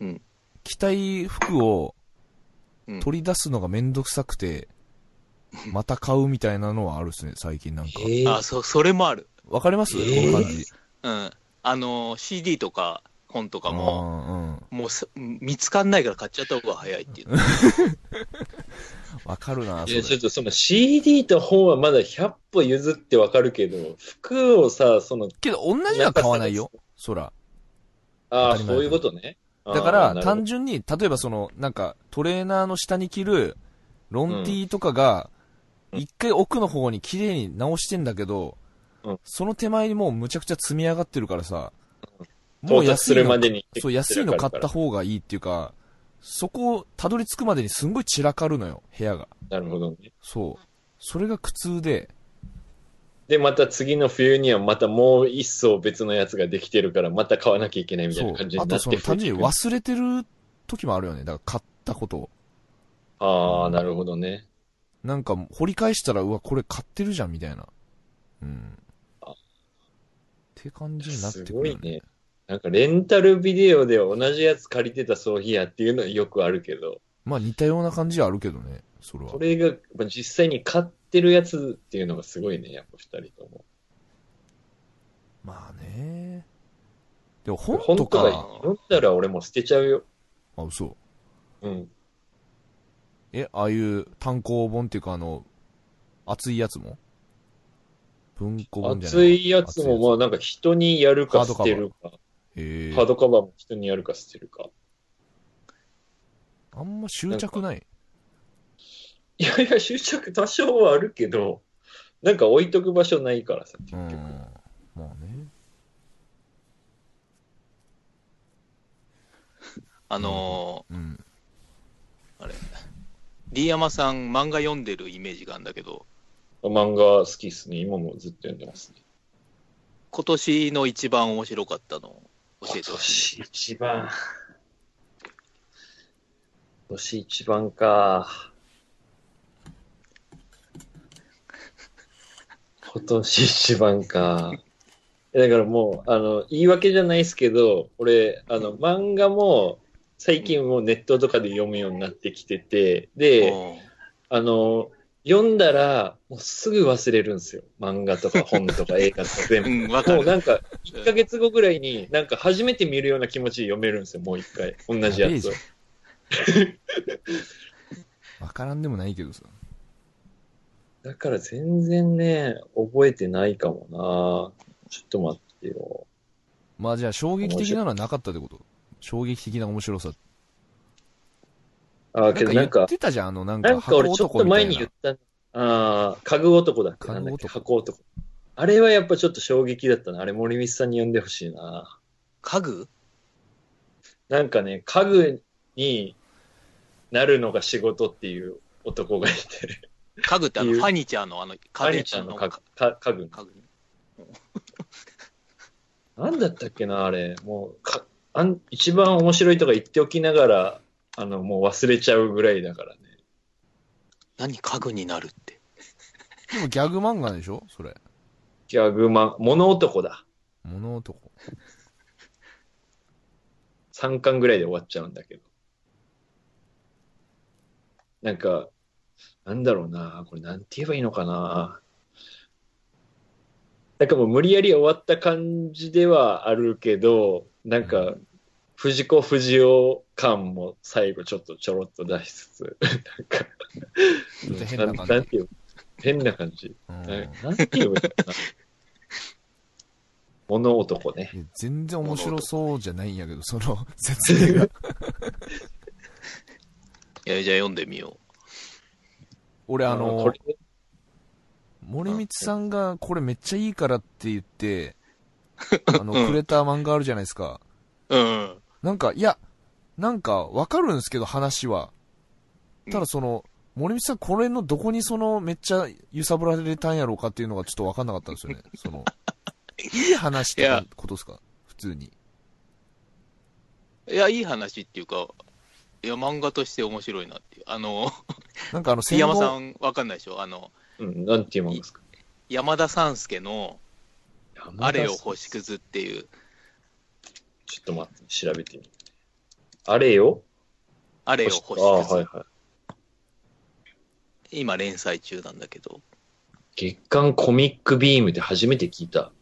うん
着たい服を
うん
取り出すのがめんどくさく て、また買うみたいなのはあるっすね、最近なんか。
え
あ、そ、それもある。
わかります、
えー
この感じ。
うん。あの、CD とか本とかも、
うんうん。
もうす見つかんないから買っちゃった方が早いっていう。
わかるな、
い
そ
や、ちょ
れ。
っとその CD と本はまだ100歩譲ってわかるけど、服をさ、その、
けど、同じは買わないよ、そら。
あ
当た
あ、
り前
そういうことね。
だか
あー
ら、
なるほ
単純に、例えばその、なんか、トレーナーの下に着る、ロンティーとかが、
うん
一回奥の方に綺麗に直してんだけど、
うん
その手前にもうむちゃくちゃ積み上がってるからさ、
ど
もう
到達す
安い
るま
の、
でに。
そう、安いの買った
方
方がいいっていうか、そこをたどり着くまでにすんごい散らかるのよ、部屋が。
なるほどね。
そう。それが苦痛で、
で、また次の冬にはまたもう一層別のやつができてるから、また買わなきゃいけないみたい
そう
な感じ。に
あ
な
と
っ
そ
て
の、単純に忘れてる時もあるよね。だから買ったことを。
ああ、なるほどね。
なんか、掘り返したら、うわ、これ買ってるじゃん、みたいな。うん。
あ
って感じになって
す
く
ご
る
い
よね。
ね。なんかレンタルビデオで同じやつ借りてたそういやっていうのはよくあるけど、
まあ似たような感じはあるけどね、それは
こ。れがまあ実際に買ってるやつっていうのがすごいね、やっぱ二人とも。
まあね。でも
本
本
と
と
か
か、
読んだら俺もう捨てちゃうよ。
あ、嘘。
うん。
え、ああいう単行本っていうかあの、厚いやつも文庫本じゃない
熱いやつもまあなんか人にやるか捨てるか、
え
ハードカバーも人にやるか捨てるか。
あんま執着ない。
いやいや、執着多少はあるけど、なんか置いとく場所ないからさ、
う
結
ん。
局。
まあね。
あの
うん。
ーあれ。D 山さん漫画読んでるイメージがあるんだけど、
漫画好きっすね。今もずっと読んでますね。
今年の一番面白かったのを教えてほしい。
年一番。今年一番 か。今年一番か。えだからもう、あの、言い訳じゃないですけど、俺、あの、漫画も、最近もうネットとかで読むようになってきてて、で、
おう
あの、読んだら、もうすぐ忘れるんですよ。漫画と か本とか映画とか全部
う。ん、わか
もうな
る。
んか、1ヶ月後ぐらいに、なんか初めて見るような気持ちで読めるんですよ、もう一回。同じやつを
やべえ。 わからんでもないけどさ。
だから全然ね、覚えてないかもなちょっと待ってよ。
まあじゃあ衝撃的なのはなかったってこと衝撃的な面白さって
あ、
なん
けど
か
な
言
んか
っ、てたじゃん、あの、なん
な
か
んか
箱
俺ちょっと
男みた
前
い
に言
な
っ。た、ああ、家具男だっけ
家具男
なんだっけ箱男。あれはやっぱちょっと衝撃だったな。あれ森光さんに読んでほしいな
家具
なんかね、家具になるのが仕事っていう男がいて、
家具ってあ
っ
の
てい
フ
う
ァニチャーのあの
カ
家
ニ
電
ちゃんの家
家
具か家具
家具
なんだったっけな、あれ。もうかあん、一番面白いとか言っておきながら、あの、もう忘れちゃうぐらいだからね。
何家具になるって。
でもギャグ漫画でしょそれ。
ギャグマン、物男だ。
物男。
3巻ぐらいで終わっちゃうんだけど。なんか、なんだろうな、これなんて言えばいいのかな。なんかもう無理やり終わった感じではあるけど、なん
う
か、藤子不二雄感も最後ちょっとちょろっと出しつつ、
ょっと変
な
なん
か、
感じ
んていう変な感じ。
うん
ななんて言えばい いのかな。物男ね。
いや全然面白そうじゃないんやけど、そ の説明が。
いや、じゃあ読んでみよ
俺あ
こ
の、
れ
森光さんがこれめっちゃいいからって言って、あの、くれた漫画あるじゃないですか。
う。うん。
なんか、いや、なんかわかるんですけど、話は。ただその、森光さんこれのどこにその、めっちゃ揺さぶられたんやろうかっていうのがちょっとわかんなかったんです よね。その、いい話って
いや
ことですか普通に。
いや、いい話っていうか、いや、漫画として面白いなっていう。あの、
なんかあの、
杉
戦
山さ
後、
んわかんないでしょあの、
うん、なんて言うもんですか。
山田三助の、あれよ星屑っていう、
ちょっと待って、調べてみる。あれよ
あれよ
あ
星
あ、
屑、
はいはい。
今連載中なんだけど、
月刊コミックビームって初めて聞いた。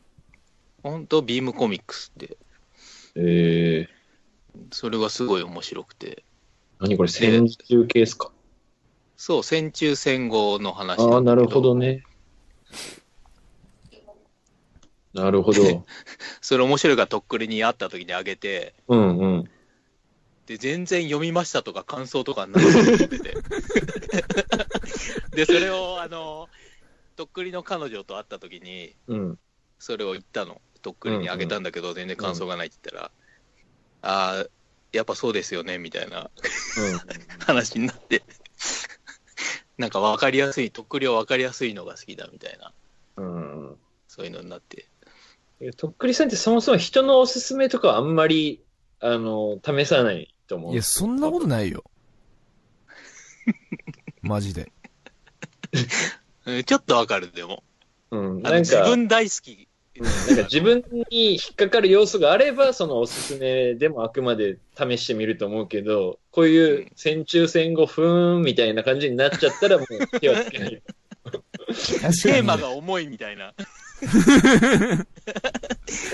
ほんとビームコミックスって、
えー、
それがすごい面白くて、
何これ、戦中系ですか。
そう、戦中戦後の話んだけ
ああ、なるほど。ね。なるほ ど。
それ面白いからとっくりに会った時にあげて、
うんうん。
で、全然読みましたとか感想とか何も 言ってて。で、それを、あの、とっくりの彼女と会った時に、
うん。
それを言ったの。とっくりにあげたんだけど、全然感想がないって言ったら、ああ、やっぱそうですよね、みたいな話になって。 なんか分かりやすい、とっくりは分かりやすいのが好きだみたいな、
うん。うん
そういうのになって。
えとっくりさんってそもそも人のおすすめとかはあんまり、あの、試さないと思う。
いや、そんなことない よ。マジで。
うんちょっと分かる、でも。
うん。
あ
なんか、
の自分大好き。
なんか自分に引っかかる要素があれば、そのおすすめでもあくまで試してみると思うけど、こういう戦中戦後、ふーんみたいな感じになっちゃったら、もう手はつけない。
テーマが重いみたいな。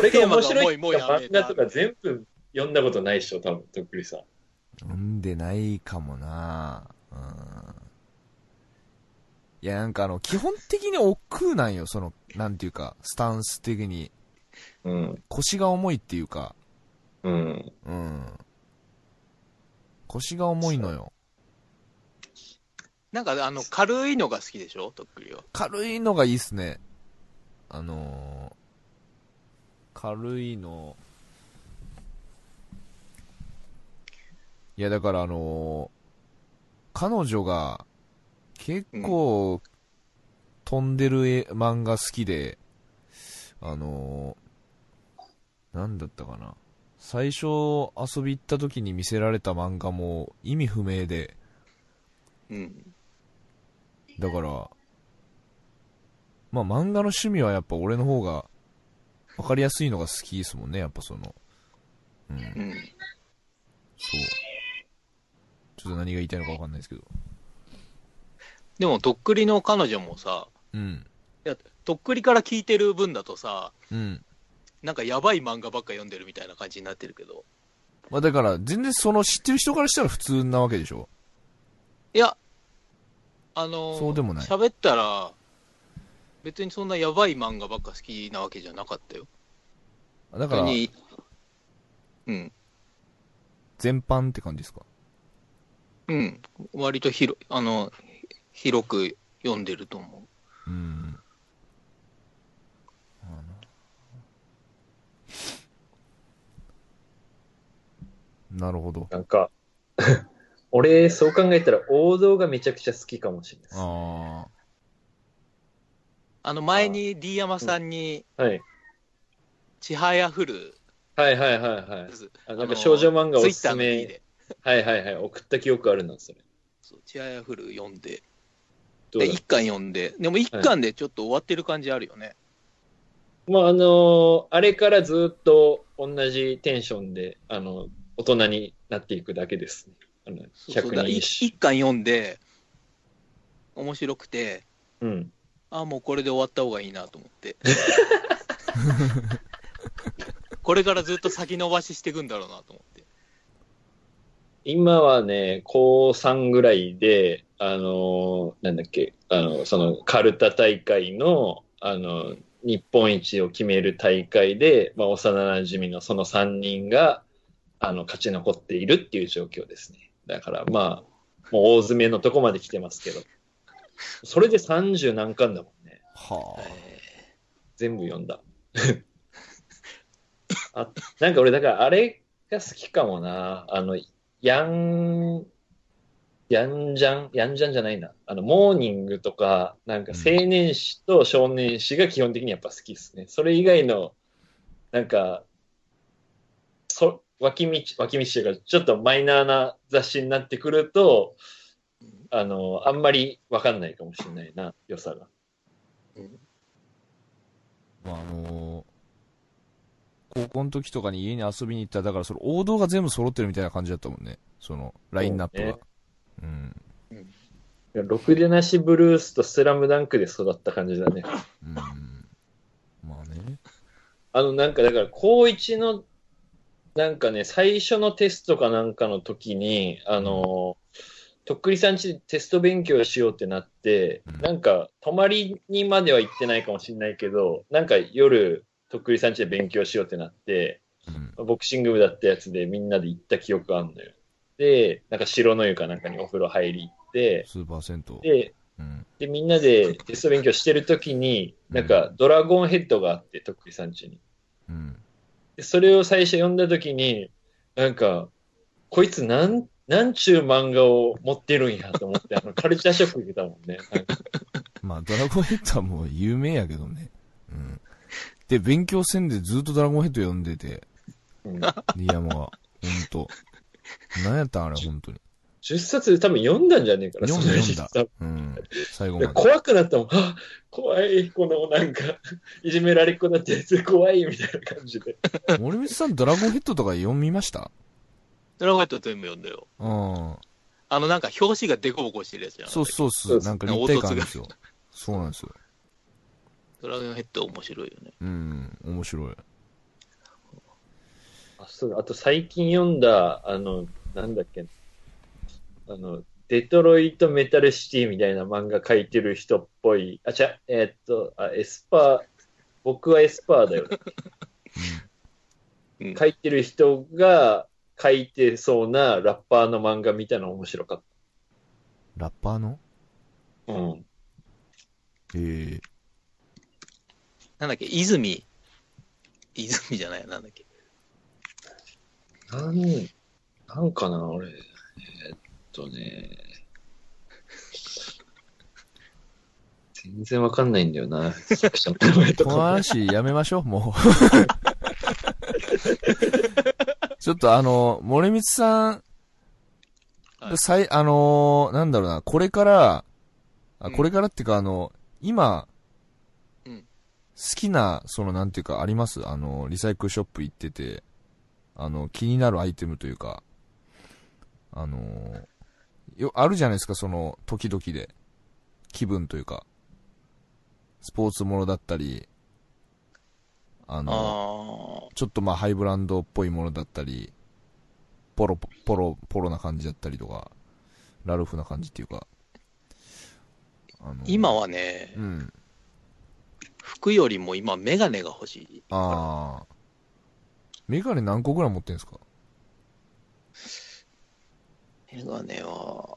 俺が面白
テーマが重
い
いもうやめ
漫
た
画とか全部読んだことないでしょ、多分、とっくりさん。
飲んでないかもなうん。いや、なんかあの、基本的に億劫なんよ、その、なんていうか、スタンス的に。
うん。
腰が重いっていうか、
うん。
うん。腰が重いのよ。
なんかあの軽いのが好きでしょ、とっくりは。
軽いのがいいっすね。あのー、軽いの。いや、だからあのー彼女が結構飛んでる絵漫画好きで、あのー、なんだったかな。最初遊び行った時に見せられた漫画も意味不明で、
うん。
だから、まあ漫画の趣味はやっぱ俺の方が分かりやすいのが好きですもんね、やっぱその。うん、そう
う。ん。
ちょっと何が言いたいのか分かんないですけど。
でも、とっくりの彼女もさ、
うん。
いやとっくりから聞いてる分だとさ、
うん。
なんかやばい漫画ばっか読んでるみたいな感じになってるけど。
まあだから、全然その知ってる人からしたら普通なわけでしょ
いや、あのー
そうでもない
喋ったら、別にそんなやばい漫画ばっか好きなわけじゃなかったよ。
だか
本当
ら、
に、うん。
全般って感じですか
うん。割と広い、あの、広く読んでると思う。
うん。あのなるほど。
なんか、 俺、そう考えたら王道がめちゃくちゃ好きかもしれないです。
ああ。
あの、前に D 山さんに、
はい。
ちはやふる、
はいはいはいはい
です
あ。なんか少女漫画
ツ
お
イ
す
ッター
す
の D
め。
で、
はいはいはい。送った記憶あるな、それ。
そうちはやふる読んで、
どう
で、
だ
一巻読んで、でも一巻でちょっと終わってる感じあるよね。
まああのあれからずっと同じテンションで、あの、大人になっていくだけですね。あの、
そうそうだ
100
い
人一
一巻読んで、面白くて、
うん。
あもうこれで終わった方がいいなと 思って。これからずっと先延ばししていくんだろうなと思って。
今はね、高3ぐらいで、あのーなんだっけ、あの、その、カルタ大会の、あの、日本一を決める大会で、まあ、幼馴染のその3人が、あの、勝ち残っているっていう状況ですね。だから、まあ、もう大詰めのとこまで来てますけど。それで30何巻だもんね。
はあ。
え
全部読んだ。 あなんか俺、だからあれが好きかもな。あの、ヤン、ヤンジャン、ヤンジャンじゃないな。あの、モーニングとか、なんか青年誌と少年誌が基本的にやっぱ好きですね。それ以外の、なんか、そ、脇道、脇道というか、ちょっとマイナーな雑誌になってくると、あの、あんまりわかんないかもしれないな、良さが。
まあ、あの高校の時とかに家に遊びに行ったら、だからそれ王道が全部揃ってるみたいな感じだったもんね。その、ラインナップが。
そ
う
う
ん。
ろくでなしブルースとスラムダンクで育った感じだね。
うん。まあね。
あの、なんかだから、高一の、なんかね、最初のテストかなんかの時に、あの、とっくりさんちでテスト勉強しようってなって
うん、
なんか、泊まりにまでは行ってないかもしれないけど、なんか夜、とっくりさんちで勉強しようってなって、
うん。
ボクシング部だったやつでみんなで行った記憶があるのよ。で、なんか白の湯かなんかにお風呂入り行って、
スーパー銭湯。
で、
うん。
で、みんなでテスト勉強してるときに、なんか、ドラゴンヘッドがあって、とっくりさんちに。
うん。
で、それを最初読んだときに、なんか、こいつなん、なんちゅう漫画を持ってるんやと思って、あの、カルチャーショック受けたもんね。なんか
まあ、ドラゴンヘッドはもう有名やけどね。うん。で、勉強せんでずっとドラゴンヘッド読んでて、
うん、
リヤマが。ほんと。なんやったんあれ、ほんとに。
10冊で多分読んだんじゃねえから、
読んだ
その人
読んだうん。最後
いや
まで。
怖くなったもん。あ怖い、このなんか、いじめられっ子だったやつ怖い、みたいな感じで。
森光さん、ドラゴンヘッドとか読みました
ードラゴンヘッド全部読んだよ。
うん。
あのなんか表紙がデコボコしてるやつじゃん。
そうそうそう。なんか立体感あるんですよ。そうなんですよ。
ドラゴンヘッド面白いよね。
うん、面白い。
あそうあと最近読んだ、あの、なんだっけ、あの、デトロイト・メタル・シティみたいな漫画描いてる人っぽい、あ、ちゃ、えーっと、あ、エスパー、僕はエスパーだよ。
うん
描いてる人が描いてそうなラッパーの漫画みたいなの面白かっ
ラッパーの
た。うん。
ええ
なんだっけ、泉。泉じゃないなんだっけ。
なん、なんかな、俺。えーっとね。全然わかんないんだよな、作者の名前と
この
か。
話やめましょう、 もう。ちょっとあの、森光さん、
はい
さい、あのーなんだろうな、これから、あ
うん
これからっていうかあの、今、
うん
好きな、そのなんていうかありますあの、リサイクルショップ行ってて、あの、気になるアイテムというか、あのーよ、あるじゃないですか、その、時々で。気分というか、スポーツものだったり、あ
あ
の、
ー
ちょっとまあハイブランドっぽいものだったり、ポロ、ポロ、ポロな感じだったりとか、ラルフな感じっていうか。あの
今はね、
うん。
服よりも今メガネが欲しい。
ああ。メガネ何個ぐらい持ってんですか
メガネは、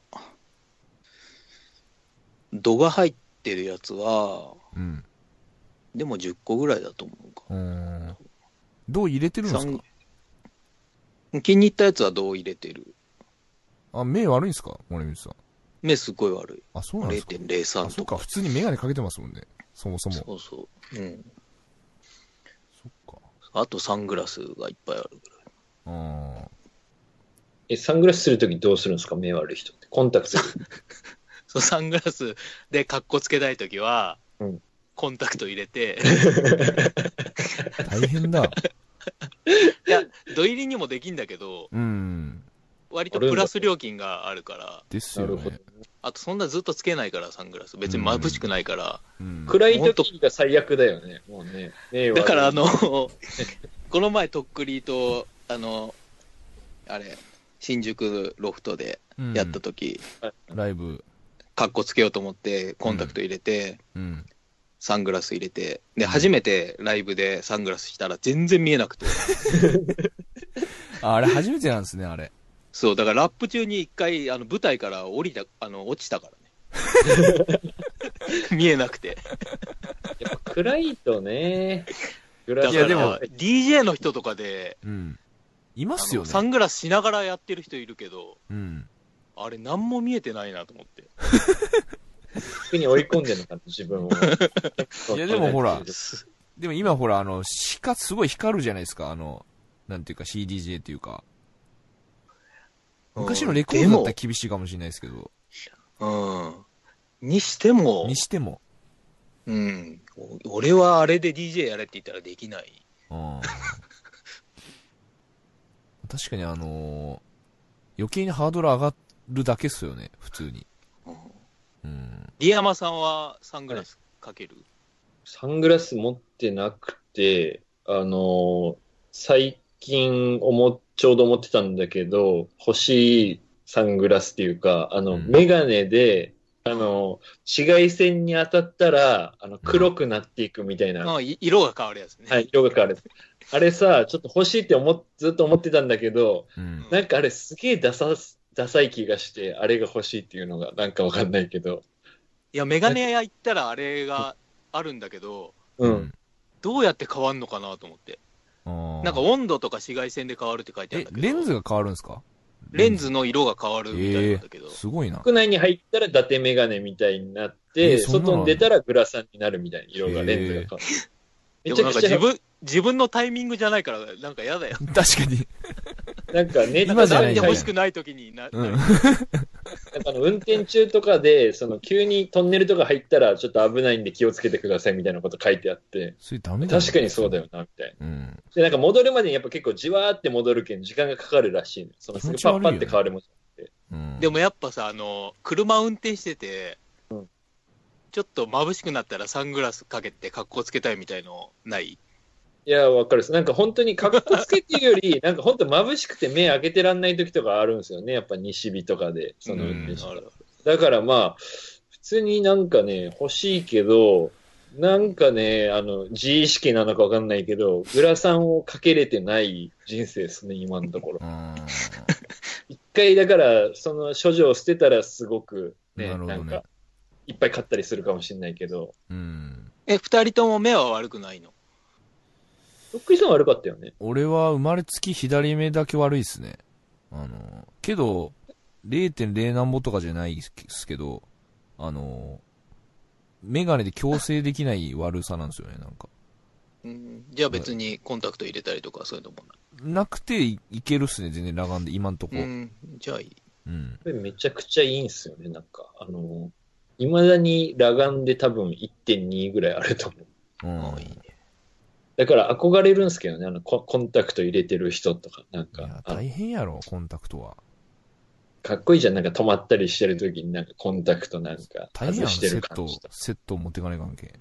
度が入ってるやつは、
うん。
でも10個ぐらいだと思うか。
うーん。どう入れてるんですか
三気に入ったやつはどう入れてる
あ、目悪いんですか森光さん。
目すごい悪い。
あ、そうなんですかあ、
0.03
そう
と
か。
か。
普通にメガネかけてますもんね。そもそも。
そうそう。うん。
そっか。
あとサングラスがいっぱいある。
あ
え、サングラスするときどうするんですか目悪い人って。コンタクトする。
そう、サングラスで格好つけたいときは、
うん
コンタクト入れて、
あ。大変だ。
いや、土入りにもできんだけど、
うん。
割とプラス料金があるから、
ですよ
なるほ
ね。
あとそんなずっとつけないから、サングラス。別に眩しくないから。
うん。
暗い時が最悪だよね。もうね。目悪い
だから、あ、の、 この前、とっくりと、あの、あれ、新宿ロフトで
うん
やった時、
ライブ。
かっこつけようと思って、コンタクト入れて、
うん。
サングラス入れて、で、初めてライブでサングラスしたら全然見えなくて。
ああれ初めてなんですね、あれ。
そう、だからラップ中に一回、あの、舞台から降りた、あの、落ちた からね。見えなくて。
やっぱ暗いとね。暗
だ
い
か
や
ら、
でも
DJ の人とかで、
うん。いま
あ
すよ
の
ね
サ。ングラスしながらやってる人いるけど、
うん。
あれ、何も見えてないなと思って。
逆に追い込んでるのかな、自分を。
いやでもほらでも今ほら、あの、光、すごい光るじゃないですか、あの、なんていうか CDJ っていうか。昔のレコードだったら厳しいかもしれないですけど、
うん。にしても
に、しても。
うん。お俺はあれで DJ やれって言ったらできない。
うん。確かにあのー余計にハードル上がるだけっすよね、普通に。
うん
うん。
リヤマさんはサングラスかける、
サングラス持ってなくて、あのー最近おも、ちょうど持ってたんだけど、欲しいサングラスっていうか、あの、
うん
メガネで、あの、紫外線に当たったら、あの、黒くなっていくみたいな、
あい色が変わるやつね。
はい、色が変わる。あれさ、ちょっと欲しいって思っ、ずっと思ってたんだけど、
うん。
なんかあれすげえダサす、ダサい気がして、あれが欲しいっていうのが、なんかわかんないけど。
いや、メガネ屋行ったらあれがあるんだけど、
うん。。
どうやって変わんのかなと思って。
あー
なんか温度とか紫外線で変わるって書いてある
え
んだ、けど。
レンズが変わるんですか
レンズの色が変わるみたい
え
な
え
んだけど。
すごいな。
国内に入ったら伊達メガネみたいになっ
え
て、
ーそんなの
外に出たらグラサンになるみたいな色が、
えー
レンズが変わる。め
で
ち
も
ゃ
なんか
くち
自
ゃ、
分、自分のタイミングじゃないから、なんか嫌だよ。
確かに。
なんかね、
今じゃな
ないん
じ
で
ゃない
欲しくない時にな、
うん。
なんかあの運転中とかで、その急にトンネルとか入ったらちょっと危ないんで気をつけてくださいみたいなこと書いてあって、
それダメだ
確かにそうだ
よ。
よな、みたいな。
うん。
で、なんか戻るまでにやっぱ結構じわーって戻るけん時間がかかるらしいの。そのすぐパッパって変わるもん。
うん。
でもやっぱさ、あの、車運転してて、ちょっと眩しくなったらサングラスかけて格好つけたいみたいのない
いや、わかるです。なんか本当に格好つけてるより、なんか本当眩しくて目開けてらんない時とかあるんですよね。やっぱ西日とかで、その運転して
ある
だからまあ、普通になんかね、欲しいけど、なんかね、あの、自意識なのかわかんないけど、グラサンをかけれてない人生ですね、今のところ
う。 ん。
一回だから、その処女を捨てたらすごくね、
な
な
るほどね
んか、いっぱい買ったりするかもしれないけど、
うん。
え、二人とも目は悪くないの
とっくりさん悪かったよね。
俺は生まれつき左目だけ悪いっすね。あの、けど、0.0何歩とかじゃないっすけど、あの、メガネで矯正できない悪さなんですよね、なんか。
うん、じゃあ別にコンタクト入れたりとかそういうのも
なくていいけるっすね、全然裸眼で、今んとこ。
な
う。
い。うんん、じゃあいい。
これめちゃくちゃいいんすよね、なんか。あの、いまだに裸眼で多分1.2ぐらいあると思う。
うん
ああいいね
だから憧れるんですけどね、あのコ、コンタクト入れてる人とか、なん
いや
か、、あの
大変やろ、コンタクトは。
かっこいいじゃん、なんか止まったりしてる時になんかコンタクトなんか
大変や
外
ん、
して
セ
る
ッ
感
ト
じと、か、
セット持ってかない関係。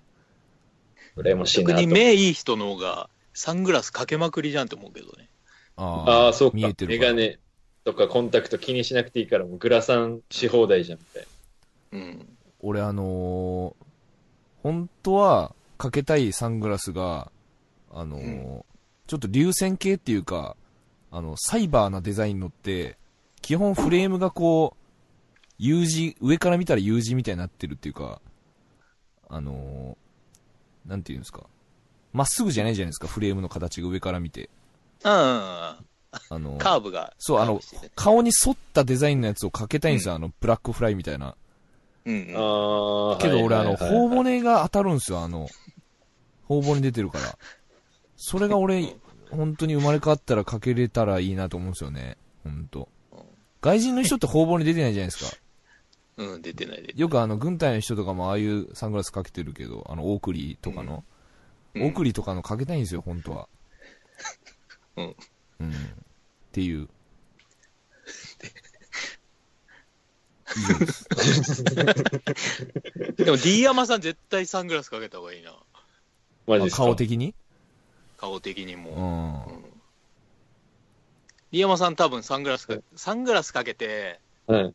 羨ましい
逆
なと
に。目いい人の方がサングラスかけまくりじゃんって思うけどね。
あ
ああ、そうか
見えて、る
メ
から
ガネとかコンタクト気にしなくていいから、もうグラサンし放題じゃん、みたいな。
うん。
俺あのー本当はかけたいサングラスが、あのー
うん
ちょっと流線形っていうか、あの、サイバーなデザインのって、基本フレームがこう、U 字、上から見たら U 字みたいになってるっていうか、あのーなんていうんですか。まっすぐじゃないじゃないですか、フレームの形が上から見て。
あ
あのー
あ、カーブが。
そうあの
カーブしてて
顔に沿ったデザインのやつをかけたいんですよ、あの、ブラックフライみたいな。
うん。
ああ、
けど俺、
は
あ
いは
の、
いはい
頬骨が当たるんすよ、あの、頬骨出てるから。それが俺、本当に生まれ変わったらかけれたらいいなと思うんですよね。本当
うん
外人の人って頬骨出てないじゃないですか。
うん、出てないで。
よくあの、軍隊の人とかもああいうサングラスかけてるけど、あの、オークリーとかの、
うん
オークリーとかのかけたいんですよ、本当は。
うん。
うん。っていう。
でも D 山さん絶対サングラスかけた方がいいな。
マジ
まあ
ですか
顔的に
顔的に
う
も。
ん。
うん D 山さん多分サングラスか、サングラスかけて、
はい。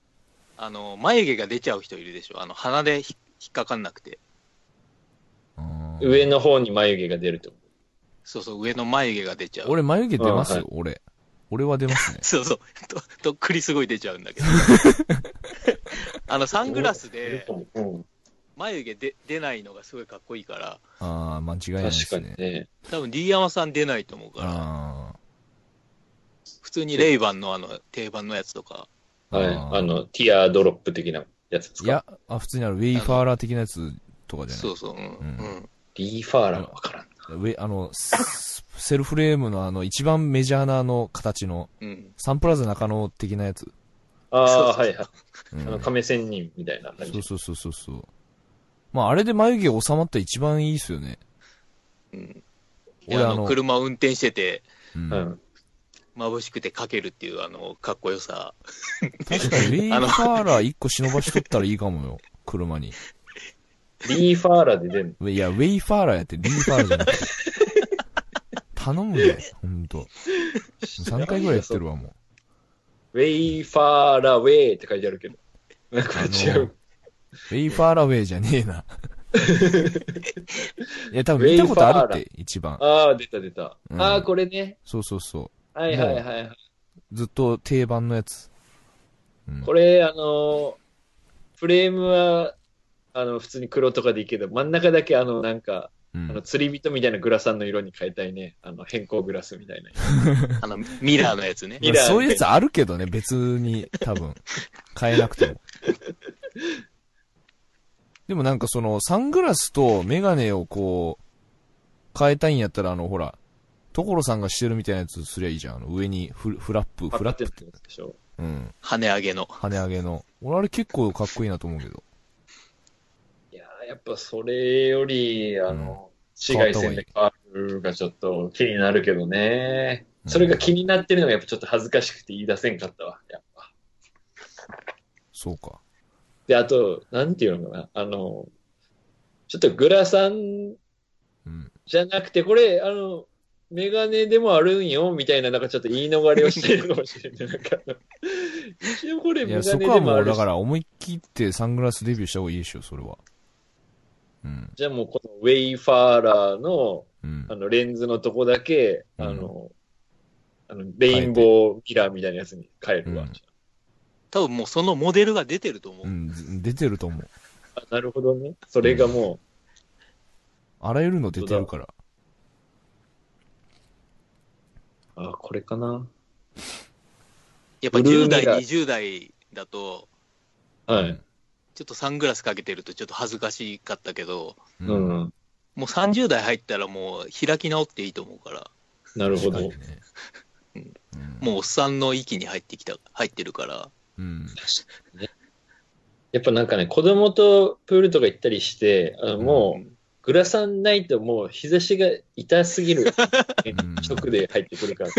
あの、眉毛が出ちゃう人いるでしょ。あの、鼻でひ引っかかんなくて。
うん
上の方に眉毛が出ると。
そうそう、上の眉毛が出ちゃう。。
俺眉毛出ます
あ
よ、俺。俺は出ますね
そう そう。と、とっくりすごい出ちゃうんだけど。あの、サングラスで
うん、
眉毛で出ないのがすごいかっこいいから、
ああ、間違いないで
確か
す
に
ね。
ね。
多分 D 山さん出ないと思うから、
あ
普通にレイバンのあの、定番のやつとか、
あ
はい。あの、ティアドロップ的なやつです
い
か
や、あ、普通にあるウェイファーラー的なやつとかじゃない
そうそう、うん、
うん
うん。
リーファーラーわからん。
ウェイあの、ス セルフレームのあの、一番メジャーなあの形の、
うん。
サンプラザ中野的なやつ。
ああー、
そうそうそう
はいはい。
うん
あの、亀仙人みたいな感
そ
じ
う。そうそうそうそう。まあ、あれで眉毛収まったら一番いいっすよね。
うん、
俺
俺あ
あの
の、車運転してて、
うん。
うん。
眩しくてかけるっていう、あの、かっこよさ。
確かに、ウェイファーラー一個忍ばしとったらいいかもよ。 車に。
リーファーラーで出る
いや、ウェイファーラーやって、リーファーラーじゃなくて。頼むで、ほんと。3回ぐらいやってる わ、もう。
ウェイファーラーウェイって書いてあ るけど。なんか
あの
違う。
ウェイファーラウェイじゃねえ な。いや、多分見たことあるって、一番。
ああ、出た出た。
うん
ああ、これね。
そうそうそ
はいはいはいはい。
う。ずっと定番のやつ。うん
これ、あのーフレームは、あの、普通に黒とかでいいけど、真ん中だけあの、なんか、
う
あ
ん
の、釣り人みたいなグラサンの色に変えたいね。あの、変更グラスみたいな。
あの、ミラーのやつね。
ミ
ま
ラ
あ
ー
そういうやつあるけどね、別に、多分。変えなく ても。でもなんかその、サングラスとメガネをこう、変えたいんやったら、あの、ほら、所さんがしてるみたいなやつすりゃいいじゃん。あの、上にフフラッ プ、フラップ
っ
ってて。
やつでしょ。
うん。
跳ね上げの。
跳ね上げの。俺あれ結構かっこいいなと思うけど。
いやーやっぱそれより、あの、紫外線で変わるがちょっと気になるけどね。
うん
それが気になってるのがやっぱちょっと恥ずかしくて言い出せんかったわ、やっぱ。
そうか。
で、あと、なんていうのかな、あの、ちょっとグラサン
うん。
じゃなくて、これ、あの、メガネでもあるんよ、みたいな、なんかちょっと言い逃れをしてるかもしれない。なんか、一応これ
い
メ
や、
ガ
そ
ネ
こは
でも
もう、
ある
だ
し
か、ら思い切ってサングラスデビューした方がいいでしょ、それは。うん。
じゃあもうこのウェイファーラーの、
うん
あ。の、レンズのとこだけ、
うん
あの、あの、レインボーミラーみたいなやつに変えるわ。
うん
多分もうそのモデルが出てると思う。
うん、出てると思う。
あなるほどね。それがも
あらゆるの出てるから。
う、あ、これかな。
やっぱ
ブルー
10
ミラ
代、
ー
20代だと、
はい。
ちょっとサングラスかけてるとちょっと恥ずかしかったけど、
う
う。ん。
もう30代入ったらもう開き直っていいと思うから、
なるほど。
確かにね
うん
うん
もうおっさんの域に入ってきた、入ってるから、
うん。
やっぱなんかね、子供とプールとか行ったりして、あのもう、グラサンないともう日差しが痛すぎる
ん
直で入ってくるから。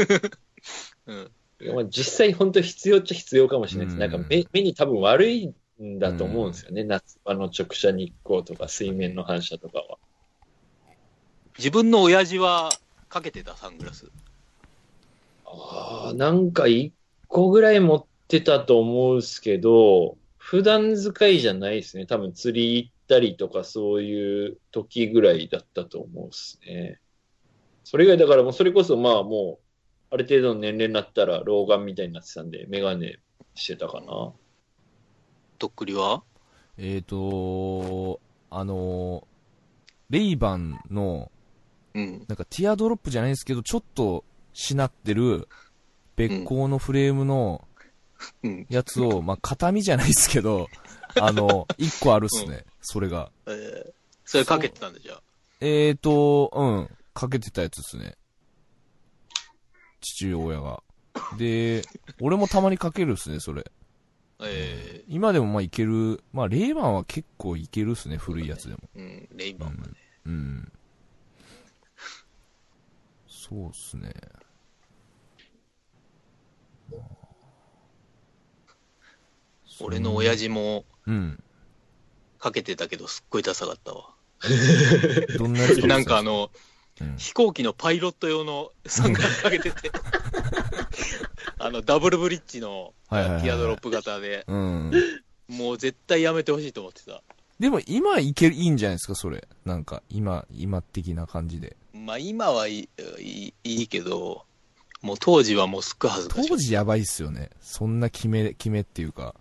うん。
まあ、実際本当必要っちゃ必要かもしれないです。
うん
なんか目目に多分悪いんだと思うんですよね。夏場の直射日光とか水面の反射とかは。
自分の親父はかけてたサングラス。
ああ、なんか一個ぐらい持ってたと思うんですけど、普段使いじゃないですね。多分釣り行ったりとかそういう時ぐらいだったと思うですね。それ以外だからもうそれこそまあもう、ある程度の年齢になったら老眼みたいになってたんで、メガネしてたかな。
とっくりは
えっと、あの、レイバンの、
うん。
なんかティアドロップじゃないですけど、ちょっとしなってる、別光のフレームの
うん。
やつを、まあ、形見じゃないですけど、あの、一個あるっすね、それが。
えー、それかけてたんだじゃあ。
えーと、うん、かけてたやつですね。父親が。で、俺もたまにかけるっすね、それ。
え
今でもまあいける、まあレイバンは結構いけるっすね、古いやつでも。
ー、うん、レイバンはね。
うん。そうっすね。
俺の親父も
うん。
かけてたけど、すっごいダサかったわ。
どんなやつ
なんかあ、の、
うん
飛行機のパイロット用のサングラスかけて て、あの、ダブルブリッジの
はいはいはいはい
ティアドロップ型で、
うん。
もう絶対やめてほしいと思ってた。
でも今いける、いいんじゃないですか、それ。なんか、今、今的な感じで。
まあ今はいいいいいいけど、もう当時はもうすっごい恥ずかしい。
当時やばいっすよね。そんな決め、決めっていうか。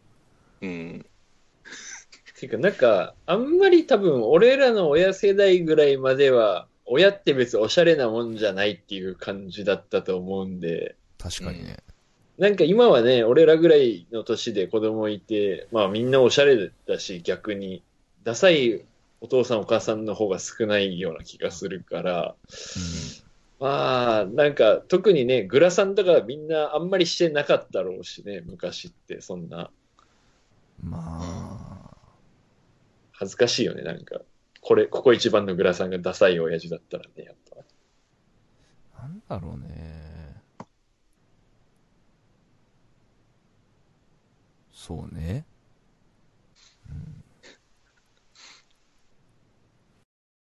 うん。
ていうか、なんか、あんまり多分、俺らの親世代ぐらいまでは、親って別におしゃれなもんじゃないっていう感じだったと思うんで、
確かにね。
なんか今はね、俺らぐらいの年で子供いて、まあみんなおしゃれだし、逆に、ダサいお父さんお母さんの方が少ないような気がするから、まあ、なんか特にね、グラサンとかみんなあんまりしてなかったろうしね、昔ってそんな。
うん。まあ、
恥ずかしいよね、なんか。これ、ここ一番のグラさんがダサい親父だったらね、やっぱ。
なんだろうね。そうね。